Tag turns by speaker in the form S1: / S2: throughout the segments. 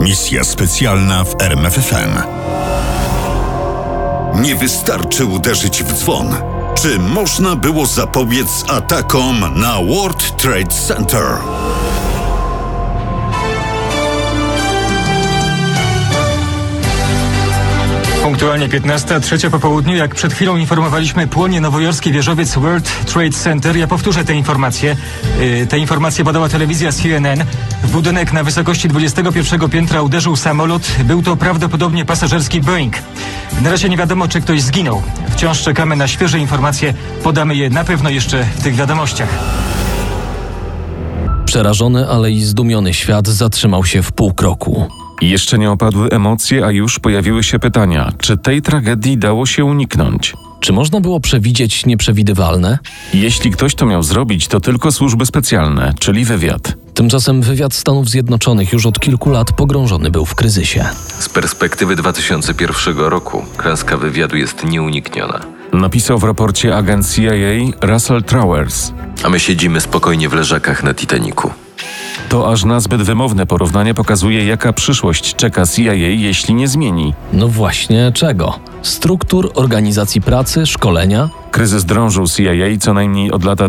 S1: Misja specjalna w RMFFM. Nie wystarczy uderzyć w dzwon. Czy można było zapobiec atakom na World Trade Center?
S2: Punktualnie 15, trzecie po południu, jak przed chwilą informowaliśmy, płonie nowojorski wieżowiec World Trade Center. Ja powtórzę te informacje. Yy, Te informacje badała telewizja CNN. W budynek na wysokości 21 piętra uderzył samolot. Był to prawdopodobnie pasażerski Boeing. Na razie nie wiadomo, czy ktoś zginął. Wciąż czekamy na świeże informacje. Podamy je na pewno jeszcze w tych wiadomościach.
S3: Przerażony, ale i zdumiony świat zatrzymał się w pół kroku.
S4: Jeszcze nie opadły emocje, a już pojawiły się pytania, czy tej tragedii dało się uniknąć.
S3: Czy można było przewidzieć nieprzewidywalne?
S4: Jeśli ktoś to miał zrobić, to tylko służby specjalne, czyli wywiad.
S3: Tymczasem wywiad Stanów Zjednoczonych już od kilku lat pogrążony był w kryzysie.
S5: Z perspektywy 2001 roku klęska wywiadu jest nieunikniona,
S4: Napisał w raporcie agencji CIA Russell Towers.
S5: a my siedzimy spokojnie w leżakach na Titaniku.
S4: To aż nazbyt wymowne porównanie pokazuje, jaka przyszłość czeka CIA, jeśli nie zmieni.
S3: No właśnie czego? Struktur, organizacji pracy, szkolenia?
S4: Kryzys drążył CIA co najmniej od lata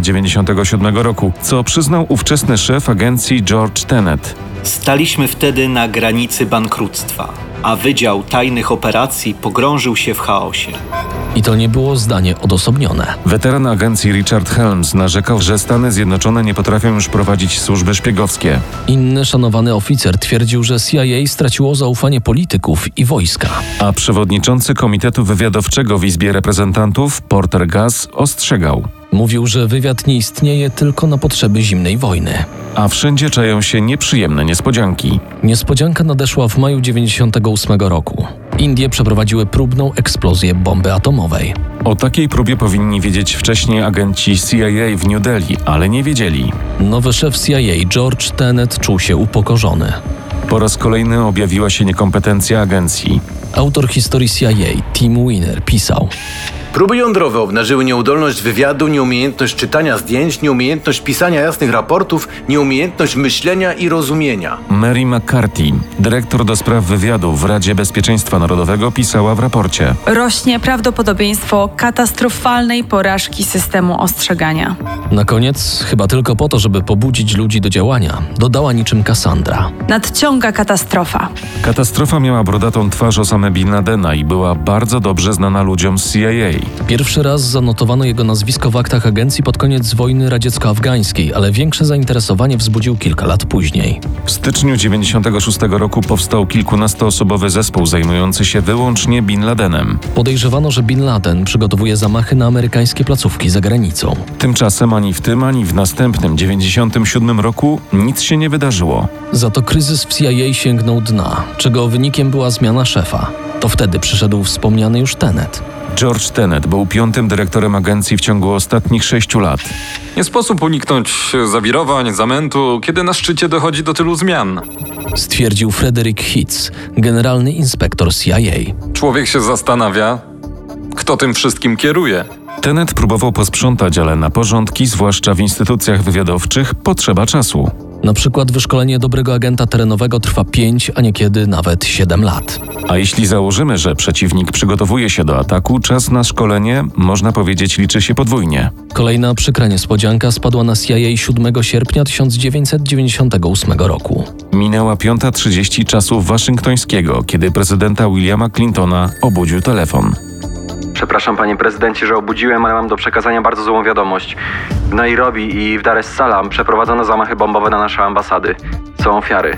S4: 1997 roku, co przyznał ówczesny szef agencji George Tenet.
S6: Staliśmy wtedy na granicy bankructwa, a Wydział Tajnych Operacji pogrążył się w chaosie.
S3: I to nie było zdanie odosobnione.
S4: Weteran agencji Richard Helms narzekał, że Stany Zjednoczone nie potrafią już prowadzić służby szpiegowskie.
S3: Inny szanowany oficer twierdził, że CIA straciło zaufanie polityków i wojska.
S4: A przewodniczący Komitetu Wywiadowczego w Izbie Reprezentantów, Porter Gass, ostrzegał.
S3: Mówił, że wywiad nie istnieje tylko na potrzeby zimnej wojny.
S4: A wszędzie czają się nieprzyjemne niespodzianki.
S3: Niespodzianka nadeszła w maju 98 roku. Indie przeprowadziły próbną eksplozję bomby atomowej.
S4: O takiej próbie powinni wiedzieć wcześniej agenci CIA w New Delhi, ale nie wiedzieli.
S3: Nowy szef CIA George Tenet czuł się upokorzony.
S4: Po raz kolejny objawiła się niekompetencja agencji.
S3: Autor historii CIA Tim Winner pisał:
S7: Próby jądrowe obnażyły nieudolność wywiadu, nieumiejętność czytania zdjęć, nieumiejętność pisania jasnych raportów, nieumiejętność myślenia i rozumienia.
S4: Mary McCarthy, dyrektor do spraw wywiadu w Radzie Bezpieczeństwa Narodowego, pisała w raporcie.
S8: rośnie prawdopodobieństwo katastrofalnej porażki systemu ostrzegania.
S3: Na koniec, chyba tylko po to, żeby pobudzić ludzi do działania, dodała niczym Cassandra.
S8: Nadciąga katastrofa.
S4: Katastrofa miała brodatą twarz Osama Bin Ladena i była bardzo dobrze znana ludziom z CIA.
S3: Pierwszy raz zanotowano jego nazwisko w aktach agencji pod koniec wojny radziecko-afgańskiej, ale większe zainteresowanie wzbudził kilka lat później.
S4: W styczniu 96 roku powstał kilkunastoosobowy zespół zajmujący się wyłącznie Bin Ladenem.
S3: Podejrzewano, że Bin Laden przygotowuje zamachy na amerykańskie placówki za granicą.
S4: Tymczasem ani w tym, ani w następnym 97 roku nic się nie wydarzyło.
S3: Za to kryzys w CIA sięgnął dna, czego wynikiem była zmiana szefa. To wtedy przyszedł wspomniany już Tenet.
S4: George Tenet był piątym dyrektorem agencji w ciągu ostatnich sześciu lat.
S9: Nie sposób uniknąć zawirowań, zamętu, kiedy na szczycie dochodzi do tylu zmian.
S3: Stwierdził Frederick Hitz, generalny inspektor CIA.
S9: Człowiek się zastanawia, kto tym wszystkim kieruje.
S4: Tenet próbował posprzątać, ale na porządki, zwłaszcza w instytucjach wywiadowczych, potrzeba czasu.
S3: Na przykład wyszkolenie dobrego agenta terenowego trwa 5, a niekiedy nawet 7 lat.
S4: A jeśli założymy, że przeciwnik przygotowuje się do ataku, czas na szkolenie, można powiedzieć, liczy się podwójnie.
S3: Kolejna przykra niespodzianka spadła na CIA 7 sierpnia 1998 roku.
S4: Minęła 5.30 czasu waszyngtońskiego, kiedy prezydenta Williama Clintona obudził telefon.
S10: Przepraszam, panie prezydencie, że obudziłem, ale mam do przekazania bardzo złą wiadomość. W Nairobi i w Dar es Salaam przeprowadzono zamachy bombowe na nasze ambasady. Są ofiary.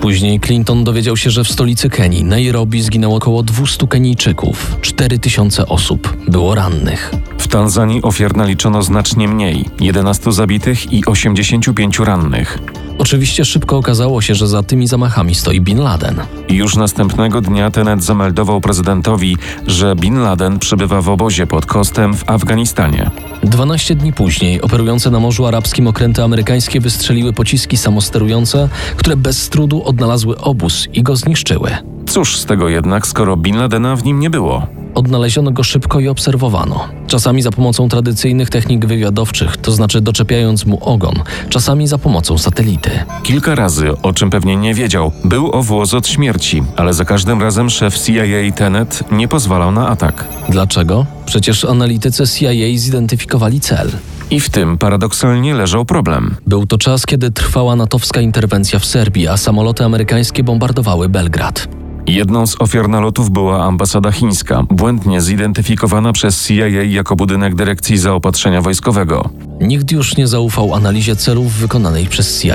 S3: Później Clinton dowiedział się, że w stolicy Kenii, Nairobi, zginęło około 200 Kenijczyków. 4000 osób było rannych.
S4: W Tanzanii ofiar naliczono znacznie mniej 11 zabitych i 85 rannych.
S3: Oczywiście szybko okazało się, że za tymi zamachami stoi Bin Laden.
S4: Już następnego dnia Tenet zameldował prezydentowi, że Bin Laden przebywa w obozie pod Kostem w Afganistanie.
S3: 12 dni później operujące na Morzu Arabskim okręty amerykańskie wystrzeliły pociski samosterujące, które bez trudu odnalazły obóz i go zniszczyły.
S4: Cóż z tego jednak, skoro Bin Ladena w nim nie było?
S3: odnaleziono go szybko i obserwowano. Czasami za pomocą tradycyjnych technik wywiadowczych, to znaczy doczepiając mu ogon, czasami za pomocą satelity.
S4: Kilka razy, o czym pewnie nie wiedział, był o włos od śmierci, ale za każdym razem szef CIA Tenet nie pozwalał na atak.
S3: Dlaczego? Przecież analitycy CIA zidentyfikowali cel.
S4: I w tym paradoksalnie leżał problem.
S3: Był to czas, kiedy trwała natowska interwencja w Serbii, a samoloty amerykańskie bombardowały Belgrad.
S4: Jedną z ofiar nalotów była ambasada chińska, błędnie zidentyfikowana przez CIA jako budynek dyrekcji zaopatrzenia wojskowego.
S3: Nikt już nie zaufał analizie celów wykonanej przez CIA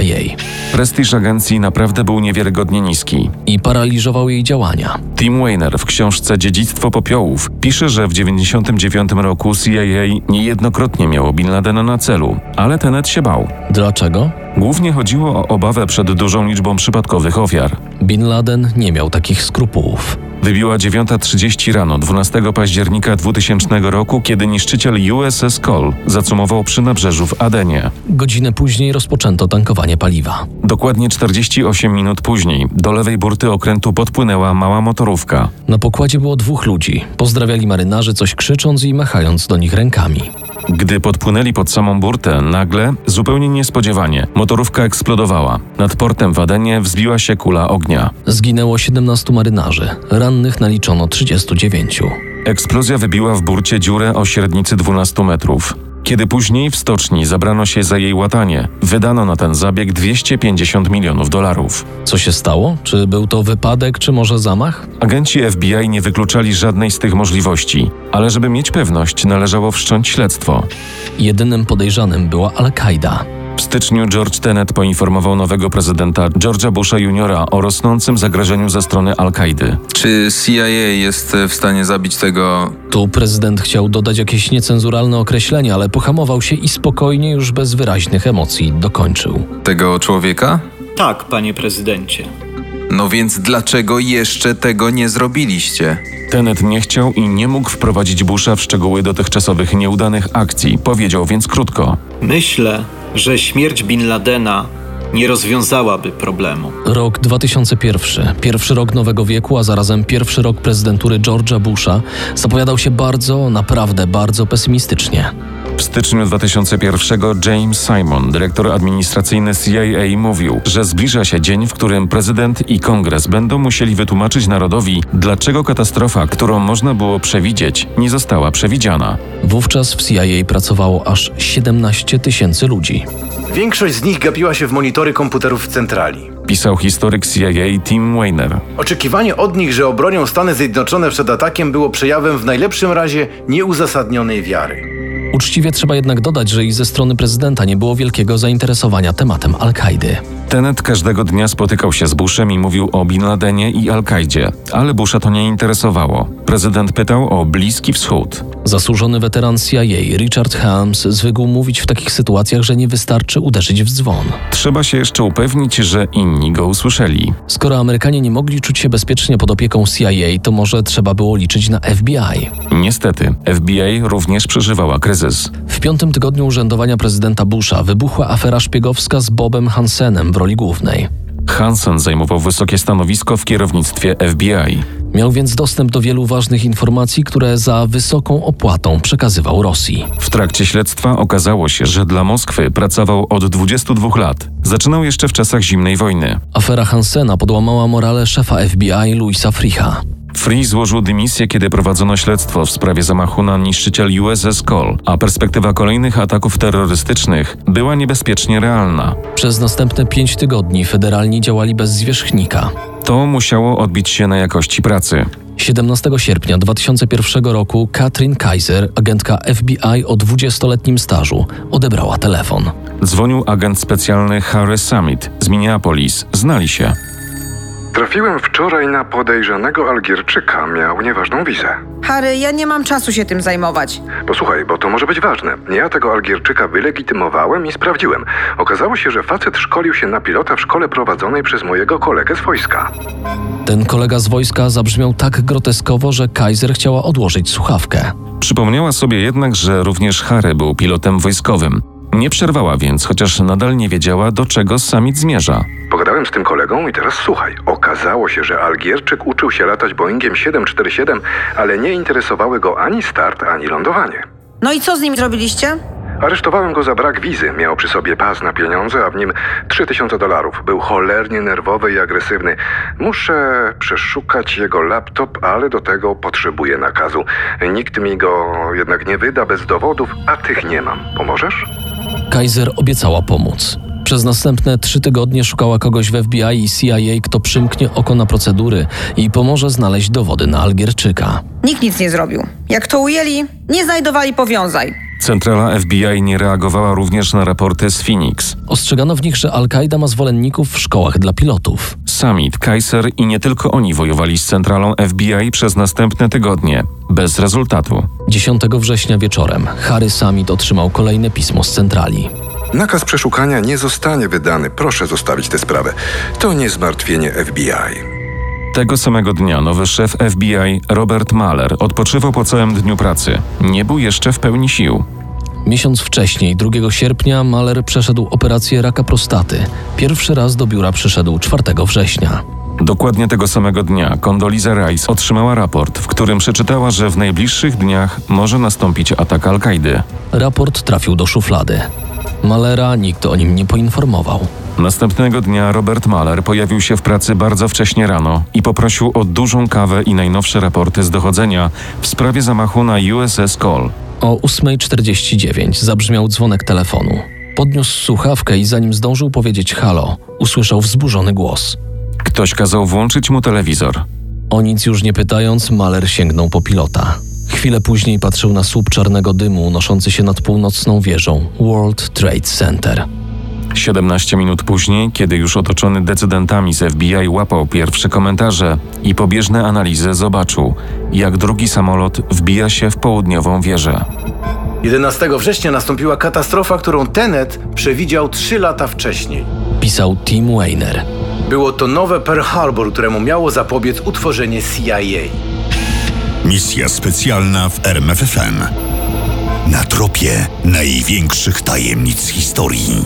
S4: Prestiż agencji naprawdę był niewiarygodnie niski.
S3: i paraliżował jej działania.
S4: Tim Weiner w książce Dziedzictwo Popiołów pisze, że w 1999 roku CIA niejednokrotnie miało Bin Ladena na celu, ale Tenet się bał.
S3: Dlaczego?
S4: Głównie chodziło o obawę przed dużą liczbą przypadkowych ofiar.
S3: Bin Laden nie miał takich skrupułów.
S4: Wybiła 9.30 rano 12 października 2000 roku, kiedy niszczyciel USS Cole zacumował przy nabrzeżu w Adenie.
S3: Godzinę później rozpoczęto tankowanie paliwa.
S4: Dokładnie 48 minut później do lewej burty okrętu podpłynęła mała motorówka.
S3: Na pokładzie było dwóch ludzi. Pozdrawiali marynarzy, coś krzycząc i machając do nich rękami.
S4: Gdy podpłynęli pod samą burtę, nagle, zupełnie niespodziewanie, motorówka eksplodowała. Nad portem w Adenie wzbiła się kula ognia.
S3: Zginęło 17 marynarzy, rannych naliczono 39.
S4: Eksplozja wybiła w burcie dziurę o średnicy 12 metrów. Kiedy później w stoczni zabrano się za jej łatanie, wydano na ten zabieg 250 milionów dolarów.
S3: Co się stało? Czy był to wypadek, czy może zamach?
S4: Agenci FBI nie wykluczali żadnej z tych możliwości, ale żeby mieć pewność, należało wszcząć śledztwo.
S3: Jedynym podejrzanym była Al-Kaida.
S4: W styczniu George Tenet poinformował nowego prezydenta George'a Busha Jr. o rosnącym zagrożeniu ze strony Al-Kaidy.
S5: Czy CIA jest w stanie zabić tego...
S3: Tu prezydent chciał dodać jakieś niecenzuralne określenie, ale pohamował się i spokojnie, już bez wyraźnych emocji, dokończył.
S5: tego człowieka?
S6: Tak, panie prezydencie.
S5: No więc dlaczego jeszcze tego nie zrobiliście?
S4: Tenet nie chciał i nie mógł wprowadzić Busha w szczegóły dotychczasowych nieudanych akcji, powiedział więc krótko.
S6: Myślę, że śmierć Bin Ladena nie rozwiązałaby problemu.
S3: Rok 2001, pierwszy rok nowego wieku, a zarazem pierwszy rok prezydentury George'a Busha, zapowiadał się bardzo, naprawdę bardzo pesymistycznie.
S4: W styczniu 2001 James Simon, dyrektor administracyjny CIA, mówił, że zbliża się dzień, w którym prezydent i kongres będą musieli wytłumaczyć narodowi, dlaczego katastrofa, którą można było przewidzieć, nie została przewidziana.
S3: Wówczas w CIA pracowało aż 17 tysięcy ludzi.
S7: Większość z nich gapiła się w monitory komputerów w centrali.
S4: Pisał historyk CIA Tim Weiner.
S7: Oczekiwanie od nich, że obronią Stany Zjednoczone przed atakiem było przejawem w najlepszym razie nieuzasadnionej wiary.
S3: Uczciwie trzeba jednak dodać, że i ze strony prezydenta nie było wielkiego zainteresowania tematem Al-Kaidy.
S4: Tenet każdego dnia spotykał się z Bushem i mówił o Bin Ladenie i Al-Kaidzie, ale Busha to nie interesowało. Prezydent pytał o Bliski Wschód.
S3: Zasłużony weteran CIA Richard Helms zwykł mówić w takich sytuacjach, że nie wystarczy uderzyć w dzwon.
S4: Trzeba się jeszcze upewnić, że inni go usłyszeli.
S3: Skoro Amerykanie nie mogli czuć się bezpiecznie pod opieką CIA, to może trzeba było liczyć na FBI.
S4: Niestety, FBI również przeżywała kryzys.
S3: W piątym tygodniu urzędowania prezydenta Busha wybuchła afera szpiegowska z Bobem Hansenem w roli głównej.
S4: Hansen zajmował wysokie stanowisko w kierownictwie FBI.
S3: Miał więc dostęp do wielu ważnych informacji, które za wysoką opłatą przekazywał Rosji.
S4: W trakcie śledztwa okazało się, że dla Moskwy pracował od 22 lat. Zaczynał jeszcze w czasach zimnej wojny.
S3: Afera Hansena podłamała morale szefa FBI Louisa Fricha.
S4: Free złożył dymisję, kiedy prowadzono śledztwo w sprawie zamachu na niszczyciel USS Cole, a perspektywa kolejnych ataków terrorystycznych była niebezpiecznie realna.
S3: Przez następne pięć tygodni federalni działali bez zwierzchnika.
S4: To musiało odbić się na jakości pracy.
S3: 17 sierpnia 2001 roku Katrin Kaiser, agentka FBI o 20-letnim stażu, odebrała telefon.
S4: Dzwonił agent specjalny Harry Summit z Minneapolis. Znali się.
S11: Trafiłem wczoraj na podejrzanego Algierczyka. Miał nieważną wizę.
S12: Harry, ja nie mam czasu się tym zajmować.
S11: Posłuchaj, bo to może być ważne. Ja tego Algierczyka wylegitymowałem i sprawdziłem. Okazało się, że facet szkolił się na pilota w szkole prowadzonej przez mojego kolegę z wojska.
S3: Ten kolega z wojska zabrzmiał tak groteskowo, że Kaiser chciała odłożyć słuchawkę.
S4: Przypomniała sobie jednak, że również Harry był pilotem wojskowym. Nie przerwała więc, chociaż nadal nie wiedziała, do czego Summit zmierza.
S11: Pogadałem z tym kolegą i teraz słuchaj. Okazało się, że Algierczyk uczył się latać Boeingiem 747, ale nie interesowały go ani start, ani lądowanie.
S12: No i co z nim zrobiliście?
S11: Aresztowałem go za brak wizy. Miał przy sobie pas na pieniądze, a w nim 3000 dolarów. Był cholernie nerwowy i agresywny. Muszę przeszukać jego laptop, ale do tego potrzebuję nakazu. Nikt mi go jednak nie wyda bez dowodów, a tych nie mam. Pomożesz?
S3: Kaiser obiecała pomóc. Przez następne trzy tygodnie szukała kogoś w FBI i CIA, kto przymknie oko na procedury i pomoże znaleźć dowody na Algierczyka.
S12: Nikt nic nie zrobił. Jak to ujęli, nie znajdowali powiązań.
S4: Centrala FBI nie reagowała również na raporty z Phoenix.
S3: Ostrzegano w nich, że Al-Kaida ma zwolenników w szkołach dla pilotów.
S4: Summit, Kaiser i nie tylko oni wojowali z centralą FBI przez następne tygodnie, bez rezultatu.
S3: 10 września wieczorem Harry Summit otrzymał kolejne pismo z centrali.
S11: Nakaz przeszukania nie zostanie wydany. Proszę zostawić tę sprawę. To nie zmartwienie FBI.
S4: Tego samego dnia nowy szef FBI, Robert Mahler, odpoczywał po całym dniu pracy. Nie był jeszcze w pełni sił.
S3: Miesiąc wcześniej, 2 sierpnia, Mahler przeszedł operację raka prostaty. Pierwszy raz do biura przyszedł 4 września.
S4: Dokładnie tego samego dnia Condoleezza Rice otrzymała raport, w którym przeczytała, że w najbliższych dniach może nastąpić atak Al-Kaidy.
S3: Raport trafił do szuflady. Malera nikt o nim nie poinformował.
S4: Następnego dnia Robert Mahler pojawił się w pracy bardzo wcześnie rano i poprosił o dużą kawę i najnowsze raporty z dochodzenia w sprawie zamachu na USS Cole.
S3: O 8.49 zabrzmiał dzwonek telefonu. Podniósł słuchawkę i zanim zdążył powiedzieć halo, usłyszał wzburzony głos.
S4: Ktoś kazał włączyć mu telewizor.
S3: O nic już nie pytając, Maler sięgnął po pilota. Chwilę później patrzył na słup czarnego dymu unoszący się nad północną wieżą World Trade Center.
S4: 17 minut później, kiedy już otoczony decydentami z FBI łapał pierwsze komentarze i pobieżne analizy, zobaczył, jak drugi samolot wbija się w południową wieżę.
S7: 11 września nastąpiła katastrofa, którą Tenet przewidział 3 lata wcześniej.
S3: Pisał Tim Weiner.
S7: Było to nowe Pearl Harbor, któremu miało zapobiec utworzenie CIA.
S1: Misja specjalna w RMFFM. Na tropie największych tajemnic historii.